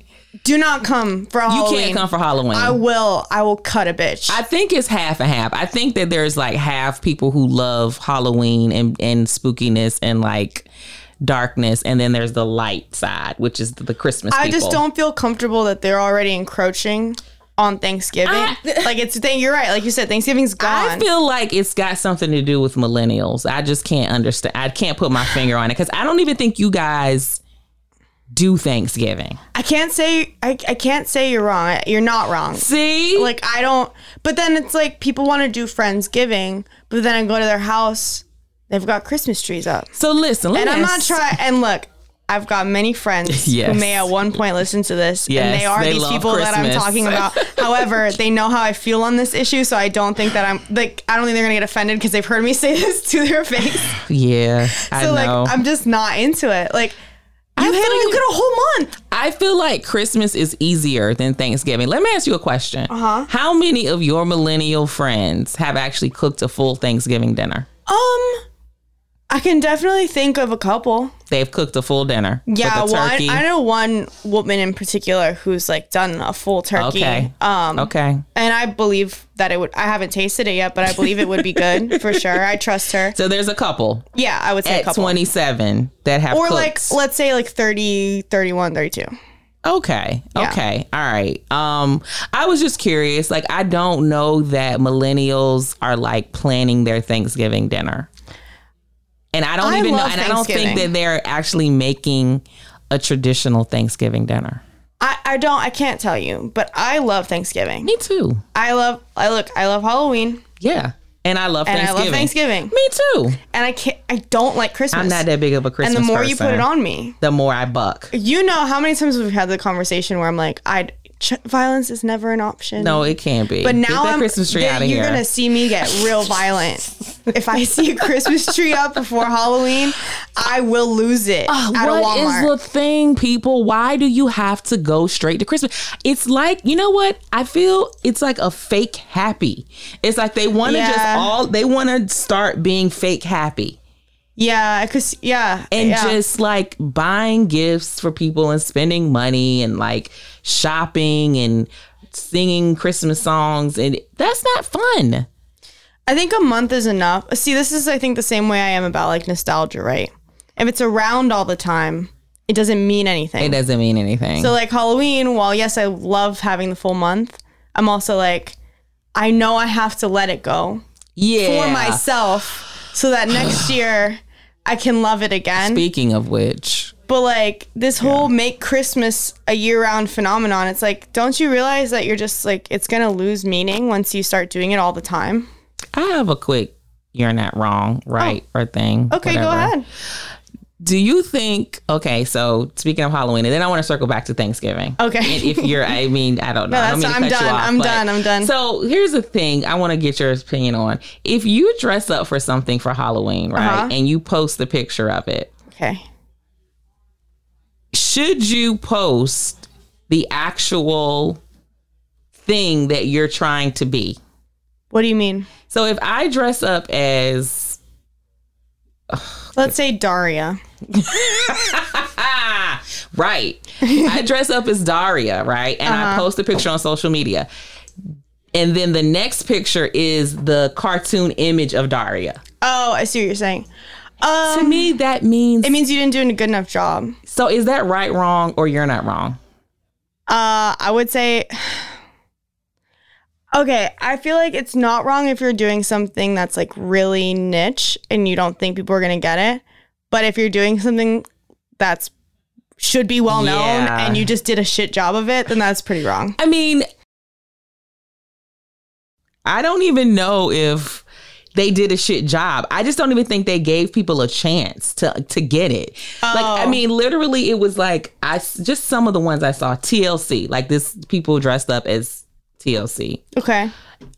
Speaker 2: do not come for
Speaker 3: You
Speaker 2: Halloween.
Speaker 3: can't come for Halloween.
Speaker 2: I will. I will cut a bitch.
Speaker 3: I think it's half and half. I think that there's like half people who love Halloween and, and spookiness and like darkness, and then there's the light side, which is the, the Christmas.
Speaker 2: I just
Speaker 3: people.
Speaker 2: don't feel comfortable that they're already encroaching on Thanksgiving.
Speaker 3: I-
Speaker 2: like it's the thing. You're right. Like you said, Thanksgiving's
Speaker 3: I
Speaker 2: gone.
Speaker 3: feel like it's got something to do with millennials. I just can't understand. I can't put my finger on it because I don't even think you guys do Thanksgiving.
Speaker 2: I can't say. I, I can't say you're wrong. I- You're not wrong.
Speaker 3: See,
Speaker 2: Like I don't. But then it's like people want to do friendsgiving, but then I go to their house. They've got Christmas trees up,
Speaker 3: so listen, let
Speaker 2: and
Speaker 3: me
Speaker 2: I'm not
Speaker 3: ask-
Speaker 2: trying. And look. I've got many friends
Speaker 3: Yes.
Speaker 2: who may at one point listen to this,
Speaker 3: Yes,
Speaker 2: and they are
Speaker 3: they
Speaker 2: these
Speaker 3: love
Speaker 2: people that I'm
Speaker 3: Christmas.
Speaker 2: talking about. However, they know how I feel on this issue, so I don't think that I'm like I don't think they're gonna get offended because they've heard me say this to their face.
Speaker 3: Yeah, I
Speaker 2: So
Speaker 3: know.
Speaker 2: like I'm just not into it. Like you had
Speaker 3: feel
Speaker 2: you
Speaker 3: you.
Speaker 2: get a whole month.
Speaker 3: I feel like Christmas is easier than Thanksgiving. Let me ask you a question. Uh-huh. How many of your millennial friends have actually cooked a full Thanksgiving dinner?
Speaker 2: Um I can definitely think of a couple.
Speaker 3: They've cooked a full dinner.
Speaker 2: Yeah,
Speaker 3: with a
Speaker 2: one
Speaker 3: turkey.
Speaker 2: I know one woman in particular who's like done a full turkey.
Speaker 3: Okay.
Speaker 2: Um
Speaker 3: okay.
Speaker 2: and I believe that it would I haven't tasted it yet, but I believe it would be good for sure. I trust her.
Speaker 3: So there's a couple
Speaker 2: Yeah, I would say a
Speaker 3: at
Speaker 2: couple.
Speaker 3: 27 that have
Speaker 2: or
Speaker 3: cooked.
Speaker 2: like let's say like 30, 31, 32.
Speaker 3: Okay.
Speaker 2: Yeah.
Speaker 3: Okay. All right. Um, I was just curious. Like, I don't know that millennials are like planning their Thanksgiving dinner, and I don't
Speaker 2: I
Speaker 3: even know.
Speaker 2: love
Speaker 3: And I don't think
Speaker 2: Thanksgiving.
Speaker 3: that they're actually making a traditional Thanksgiving dinner.
Speaker 2: I, I don't I can't tell you, but I love Thanksgiving.
Speaker 3: Me too.
Speaker 2: I love I look, I love Halloween
Speaker 3: Yeah. And I love
Speaker 2: and I
Speaker 3: Thanksgiving.
Speaker 2: love Thanksgiving.
Speaker 3: Me too.
Speaker 2: and I can't. I don't like Christmas.
Speaker 3: I'm not that big of a Christmas.
Speaker 2: and the more you
Speaker 3: person.
Speaker 2: put it on me,
Speaker 3: the more I buck.
Speaker 2: you know how many times we've had the conversation where I'm like, I ch- violence is never an option.
Speaker 3: No, it can't be.
Speaker 2: But
Speaker 3: Get
Speaker 2: now
Speaker 3: that
Speaker 2: I'm,
Speaker 3: Christmas tree
Speaker 2: that
Speaker 3: out of
Speaker 2: you're
Speaker 3: here.
Speaker 2: gonna see me get real violent. if I see a Christmas tree up before Halloween, I will lose it at a
Speaker 3: Ah, What
Speaker 2: Walmart.
Speaker 3: is the thing, people? Why do you have to go straight to Christmas? It's like, you know what? I feel it's like a fake happy. It's like they want to just
Speaker 2: Yeah.
Speaker 3: all, they want to start being fake happy
Speaker 2: yeah, cause yeah,
Speaker 3: and
Speaker 2: yeah.
Speaker 3: just like buying gifts for people and spending money and like shopping and singing Christmas songs. And that's not fun.
Speaker 2: I think a month is enough. See, this is I think the same way I am about like nostalgia, right? If it's around all the time, it doesn't mean anything.
Speaker 3: It doesn't mean anything.
Speaker 2: So like Halloween, while yes, I love having the full month, I'm also like, I know I have to let it go
Speaker 3: yeah.
Speaker 2: for myself so that next year I can love it again.
Speaker 3: Speaking of which,
Speaker 2: but like this whole make Christmas a year round phenomenon, it's like, don't you realize that you're just like it's gonna lose meaning once you start doing it all the time?
Speaker 3: I have a quick you're not wrong, right, or thing.
Speaker 2: Oh. Okay, go
Speaker 3: whatever.
Speaker 2: ahead.
Speaker 3: Do you think okay, so speaking of Halloween, and then I want to circle back to Thanksgiving.
Speaker 2: Okay.
Speaker 3: And if you're I mean, I don't know. I don't
Speaker 2: Oh. that's-
Speaker 3: mean to
Speaker 2: I'm
Speaker 3: cut you
Speaker 2: done.
Speaker 3: off,
Speaker 2: I'm
Speaker 3: but-
Speaker 2: done. I'm done.
Speaker 3: So here's the thing I want to get your opinion on. If you dress up for something for Halloween, right,
Speaker 2: Uh-huh.
Speaker 3: and you post the picture of it,
Speaker 2: Okay.
Speaker 3: should you post the actual thing that you're trying to be?
Speaker 2: What do you mean?
Speaker 3: So if I dress up as
Speaker 2: Let's say Daria.
Speaker 3: Ah, right. I dress up as Daria, right? And I post a picture on social media. And then the next picture is the cartoon image of Daria.
Speaker 2: Oh, I see what you're saying.
Speaker 3: to me, that means.
Speaker 2: It means you didn't do a good enough job.
Speaker 3: so is that right, wrong, or you're not wrong?
Speaker 2: Uh, I would say. Okay, I feel like it's not wrong if you're doing something that's like really niche and you don't think people are gonna get it. But if you're doing something that's should be well known
Speaker 3: Yeah.
Speaker 2: and you just did a shit job of it, then that's pretty wrong.
Speaker 3: I mean, I don't even know if they did a shit job. I just don't even think they gave people a chance to to get it. Like, I
Speaker 2: Oh.
Speaker 3: mean, literally, it was like I s- just some of the ones I saw TLC, like this people dressed up as TLC.
Speaker 2: Okay.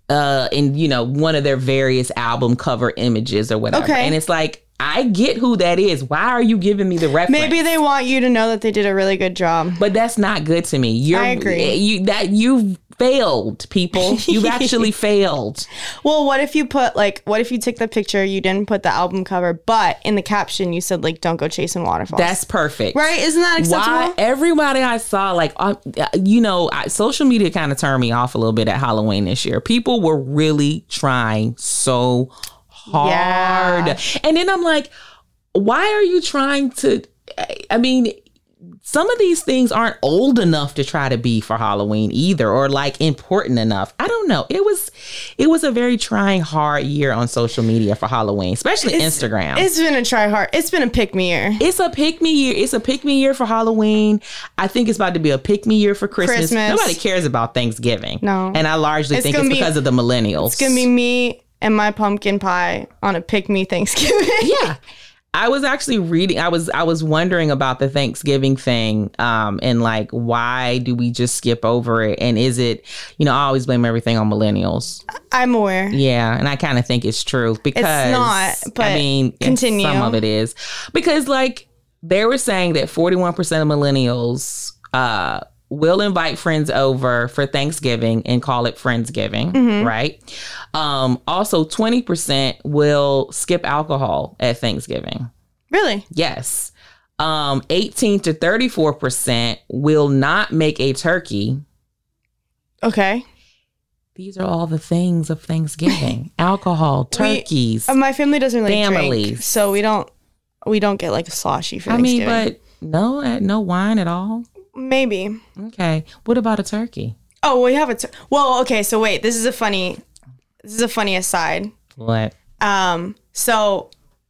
Speaker 3: uh in you know one of their various album cover images or whatever
Speaker 2: Okay.
Speaker 3: and it's like i get who that is why are you giving me the reference
Speaker 2: Maybe they want you to know that they did a really good job.
Speaker 3: but that's not good to me you're eh,
Speaker 2: I agree.
Speaker 3: you that you've failed people you've actually failed
Speaker 2: Well, what if you put like what if you took the picture, you didn't put the album cover, but in the caption you said like don't go chasing waterfalls.
Speaker 3: that's perfect
Speaker 2: right, isn't that acceptable?
Speaker 3: why everybody I saw, like, uh, you know, I, social media kind of turned me off a little bit at Halloween this year. People were really trying so hard.
Speaker 2: Yeah.
Speaker 3: And then I'm like, why are you trying to? I- I mean, some of these things aren't old enough to try to be for Halloween either or like important enough. I don't know. It was it was a very trying hard year on social media for Halloween, especially Instagram
Speaker 2: It's been a try hard. It's been a pick me year.
Speaker 3: it's a pick me year. It's a pick me year for Halloween. I think it's about to be a pick me year for Christmas.
Speaker 2: Christmas.
Speaker 3: Nobody cares about Thanksgiving.
Speaker 2: No.
Speaker 3: And I largely
Speaker 2: It's
Speaker 3: think it's
Speaker 2: gonna be-
Speaker 3: because of the millennials.
Speaker 2: It's gonna be me and my pumpkin pie on a pick me Thanksgiving.
Speaker 3: yeah. I was actually reading. I was I was wondering about the Thanksgiving thing, um, and like why do we just skip over it? And is it, you know, I always blame everything on millennials.
Speaker 2: I'm aware.
Speaker 3: Yeah, and I kind of think it's true because
Speaker 2: not, but
Speaker 3: I mean, it's-
Speaker 2: continue.
Speaker 3: Some of it is because like they were saying that forty-one percent of millennials uh, will invite friends over for Thanksgiving and call it Friendsgiving,
Speaker 2: Mm-hmm.
Speaker 3: right? Um, also, twenty percent will skip alcohol at Thanksgiving.
Speaker 2: Really?
Speaker 3: Yes. Um, 18 to 34% will not make a turkey
Speaker 2: Okay.
Speaker 3: these are all the things of Thanksgiving: alcohol, turkeys.
Speaker 2: Uh, my family doesn't really drink,
Speaker 3: Families.
Speaker 2: so we don't we don't get like a sloshy for
Speaker 3: I mean,
Speaker 2: Thanksgiving.
Speaker 3: but no, uh, no wine at all.
Speaker 2: maybe.
Speaker 3: Okay, what about a turkey?
Speaker 2: Oh, we have a. T- well, okay. So wait, this is a funny. This is a funny aside.
Speaker 3: What?
Speaker 2: Um, so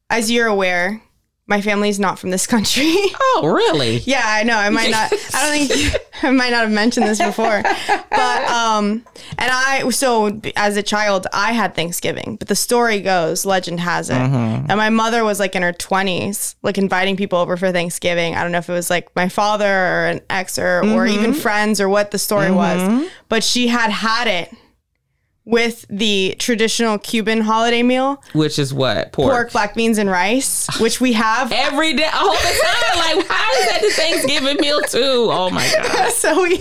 Speaker 2: as you're aware, my family's not from this country.
Speaker 3: Oh, really?
Speaker 2: yeah, I know. I might not. I don't think I might not have mentioned this before, but um, and I so as a child I had Thanksgiving, but the story goes, legend has it, and my mother was like in her twenties, like inviting people over for Thanksgiving. I don't know if it was like my father or an ex or or even friends or what the story was, but she had had it. With the traditional Cuban holiday meal,
Speaker 3: Which is what pork.
Speaker 2: pork, black beans, and rice, which we have
Speaker 3: Every day, all the time. Like, how is that the Thanksgiving meal too? Oh my god!
Speaker 2: so we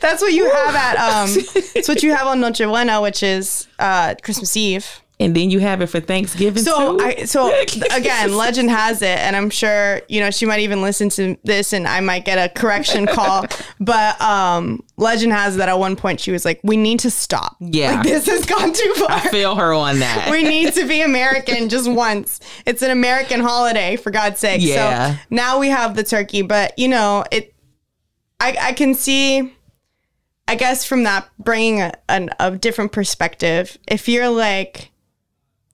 Speaker 2: that's what you have at um it's what you have on Noche Buena, which is uh Christmas Eve.
Speaker 3: And then you have it for Thanksgiving
Speaker 2: So
Speaker 3: too.
Speaker 2: I so again, legend has it, and I'm sure, you know, she might even listen to this and I might get a correction call. But um legend has that at one point she was like, We need to stop.
Speaker 3: Yeah.
Speaker 2: Like this has gone too far.
Speaker 3: feel her on that.
Speaker 2: We need to be American just once. It's an American holiday, for God's sake.
Speaker 3: Yeah.
Speaker 2: So now we have the turkey, but you know, it. I, I can see, I guess, from that bringing a, an, a different perspective. If you're like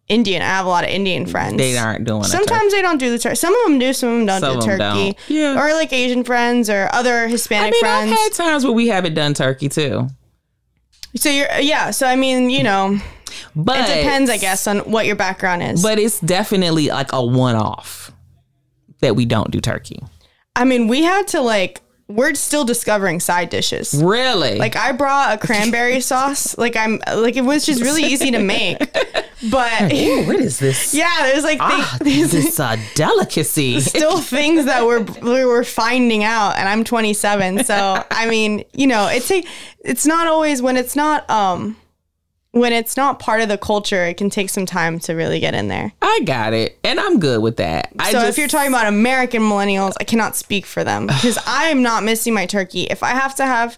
Speaker 2: Indian, I have a lot of Indian friends.
Speaker 3: they aren't doing it.
Speaker 2: Sometimes they don't do the turkey. Some of them do, some of them don't
Speaker 3: Some
Speaker 2: do
Speaker 3: of
Speaker 2: the
Speaker 3: 'em
Speaker 2: turkey.
Speaker 3: don't. Yeah.
Speaker 2: Or like Asian friends or other Hispanic
Speaker 3: I mean,
Speaker 2: friends.
Speaker 3: I've had times where we haven't done turkey too,
Speaker 2: so you're, yeah. So I mean, you know,
Speaker 3: but
Speaker 2: it depends, I guess, on what your background is.
Speaker 3: But it's definitely like a one-off that we don't do turkey.
Speaker 2: I mean, we had to like we're still discovering side dishes.
Speaker 3: Really?
Speaker 2: Like I brought a cranberry sauce. Like I'm like it was just really easy to make. But
Speaker 3: Ooh, what is this?
Speaker 2: yeah, there's like
Speaker 3: Ah,
Speaker 2: thi-
Speaker 3: this is a delicacy.
Speaker 2: still things that we're we were finding out and I'm 27. So, I mean, you know, it's a, it's not always when it's not um when it's not part of the culture, it can take some time to really get in there.
Speaker 3: I got it, and I'm good with that. I
Speaker 2: So
Speaker 3: just,
Speaker 2: if you're talking about American millennials, I cannot speak for them because I am not missing my turkey. If I have to have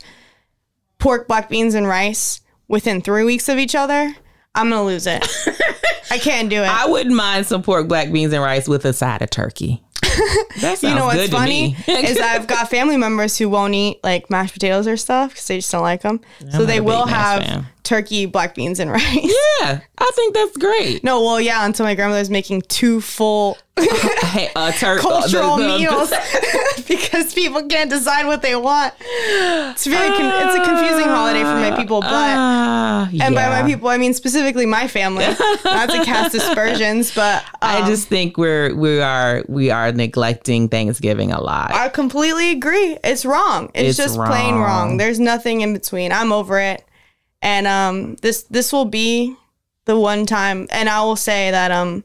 Speaker 2: pork, black beans, and rice within three weeks of each other, I'm gonna lose it. I can't do it.
Speaker 3: I wouldn't mind some pork, black beans, and rice with a side of turkey. That sounds
Speaker 2: you know what's
Speaker 3: good
Speaker 2: funny
Speaker 3: to me.
Speaker 2: is I've got family members who won't eat like mashed potatoes or stuff because they just don't like them. so
Speaker 3: not
Speaker 2: they
Speaker 3: a big
Speaker 2: will
Speaker 3: mash
Speaker 2: have
Speaker 3: fan.
Speaker 2: turkey, black beans, and rice.
Speaker 3: yeah, I think that's great.
Speaker 2: No, well, yeah. Until my grandmother's making two full
Speaker 3: Hey, uh, tur- the-
Speaker 2: cultural
Speaker 3: the- the-
Speaker 2: meals because people can't decide what they want. It's very con- it's a confusing holiday for my people, but
Speaker 3: Ah,
Speaker 2: and by
Speaker 3: yeah.
Speaker 2: my people I mean specifically my family. Not to cast aspersions, but
Speaker 3: I
Speaker 2: um,
Speaker 3: just think we're we are we are neglecting Thanksgiving a lot.
Speaker 2: I completely agree. It's wrong. It's,
Speaker 3: It's
Speaker 2: just plain wrong.
Speaker 3: wrong.
Speaker 2: There's nothing in between. I'm over it. And um this this will be the one time and I will say that um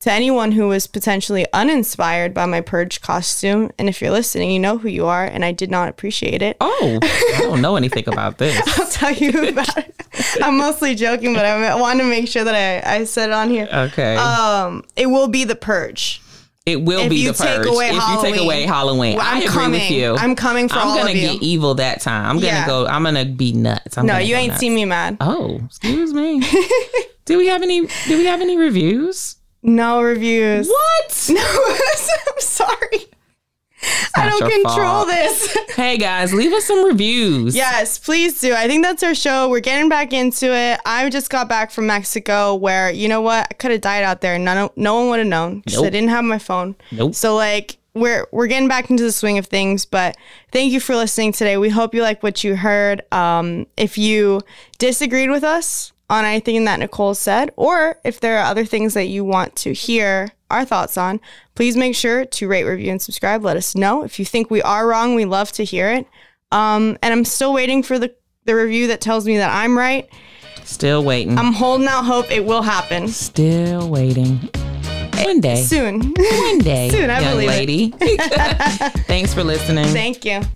Speaker 2: to anyone who was potentially uninspired by my purge costume, and if you're listening, you know who you are, and I did not appreciate it.
Speaker 3: oh, I don't know anything about this.
Speaker 2: I'll tell you about it. I'm mostly joking, but I want to make sure that I, I said it on here.
Speaker 3: Okay,
Speaker 2: Um, it will be the purge.
Speaker 3: it will
Speaker 2: if
Speaker 3: be
Speaker 2: you
Speaker 3: the
Speaker 2: take
Speaker 3: purge.
Speaker 2: away
Speaker 3: if you
Speaker 2: Halloween,
Speaker 3: take away Halloween,
Speaker 2: I'm
Speaker 3: I agree
Speaker 2: coming.
Speaker 3: with you.
Speaker 2: I'm coming for
Speaker 3: I'm
Speaker 2: all
Speaker 3: gonna
Speaker 2: of you.
Speaker 3: get evil that time. I'm gonna
Speaker 2: Yeah.
Speaker 3: go. I'm gonna be nuts. I'm
Speaker 2: no,
Speaker 3: gonna
Speaker 2: you
Speaker 3: go
Speaker 2: ain't
Speaker 3: nuts.
Speaker 2: seen me mad.
Speaker 3: Oh, excuse me. do we have any? Do we have any reviews?
Speaker 2: No reviews.
Speaker 3: What?
Speaker 2: No, I'm sorry. I
Speaker 3: not
Speaker 2: don't
Speaker 3: your
Speaker 2: control
Speaker 3: fault.
Speaker 2: this.
Speaker 3: Hey guys, leave us some reviews.
Speaker 2: yes, please do. I think that's our show. We're getting back into it. I just got back from Mexico where, you know what? I could have died out there. None, no one would have known because I
Speaker 3: Nope.
Speaker 2: didn't have my phone.
Speaker 3: Nope.
Speaker 2: So like we're we're getting back into the swing of things, but thank you for listening today. We hope you like what you heard. Um, if you disagreed with us on anything that Nicole said, or if there are other things that you want to hear our thoughts on, please make sure to rate, review, and subscribe. Let us know if you think we are wrong. We love to hear it. Um, and I'm still waiting for the the review that tells me that I'm right.
Speaker 3: Still waiting.
Speaker 2: I'm holding out hope it will happen
Speaker 3: Still waiting. One day.
Speaker 2: soon.
Speaker 3: One day.
Speaker 2: Soon, I
Speaker 3: young
Speaker 2: believe it.
Speaker 3: lady. Thanks for listening.
Speaker 2: Thank you.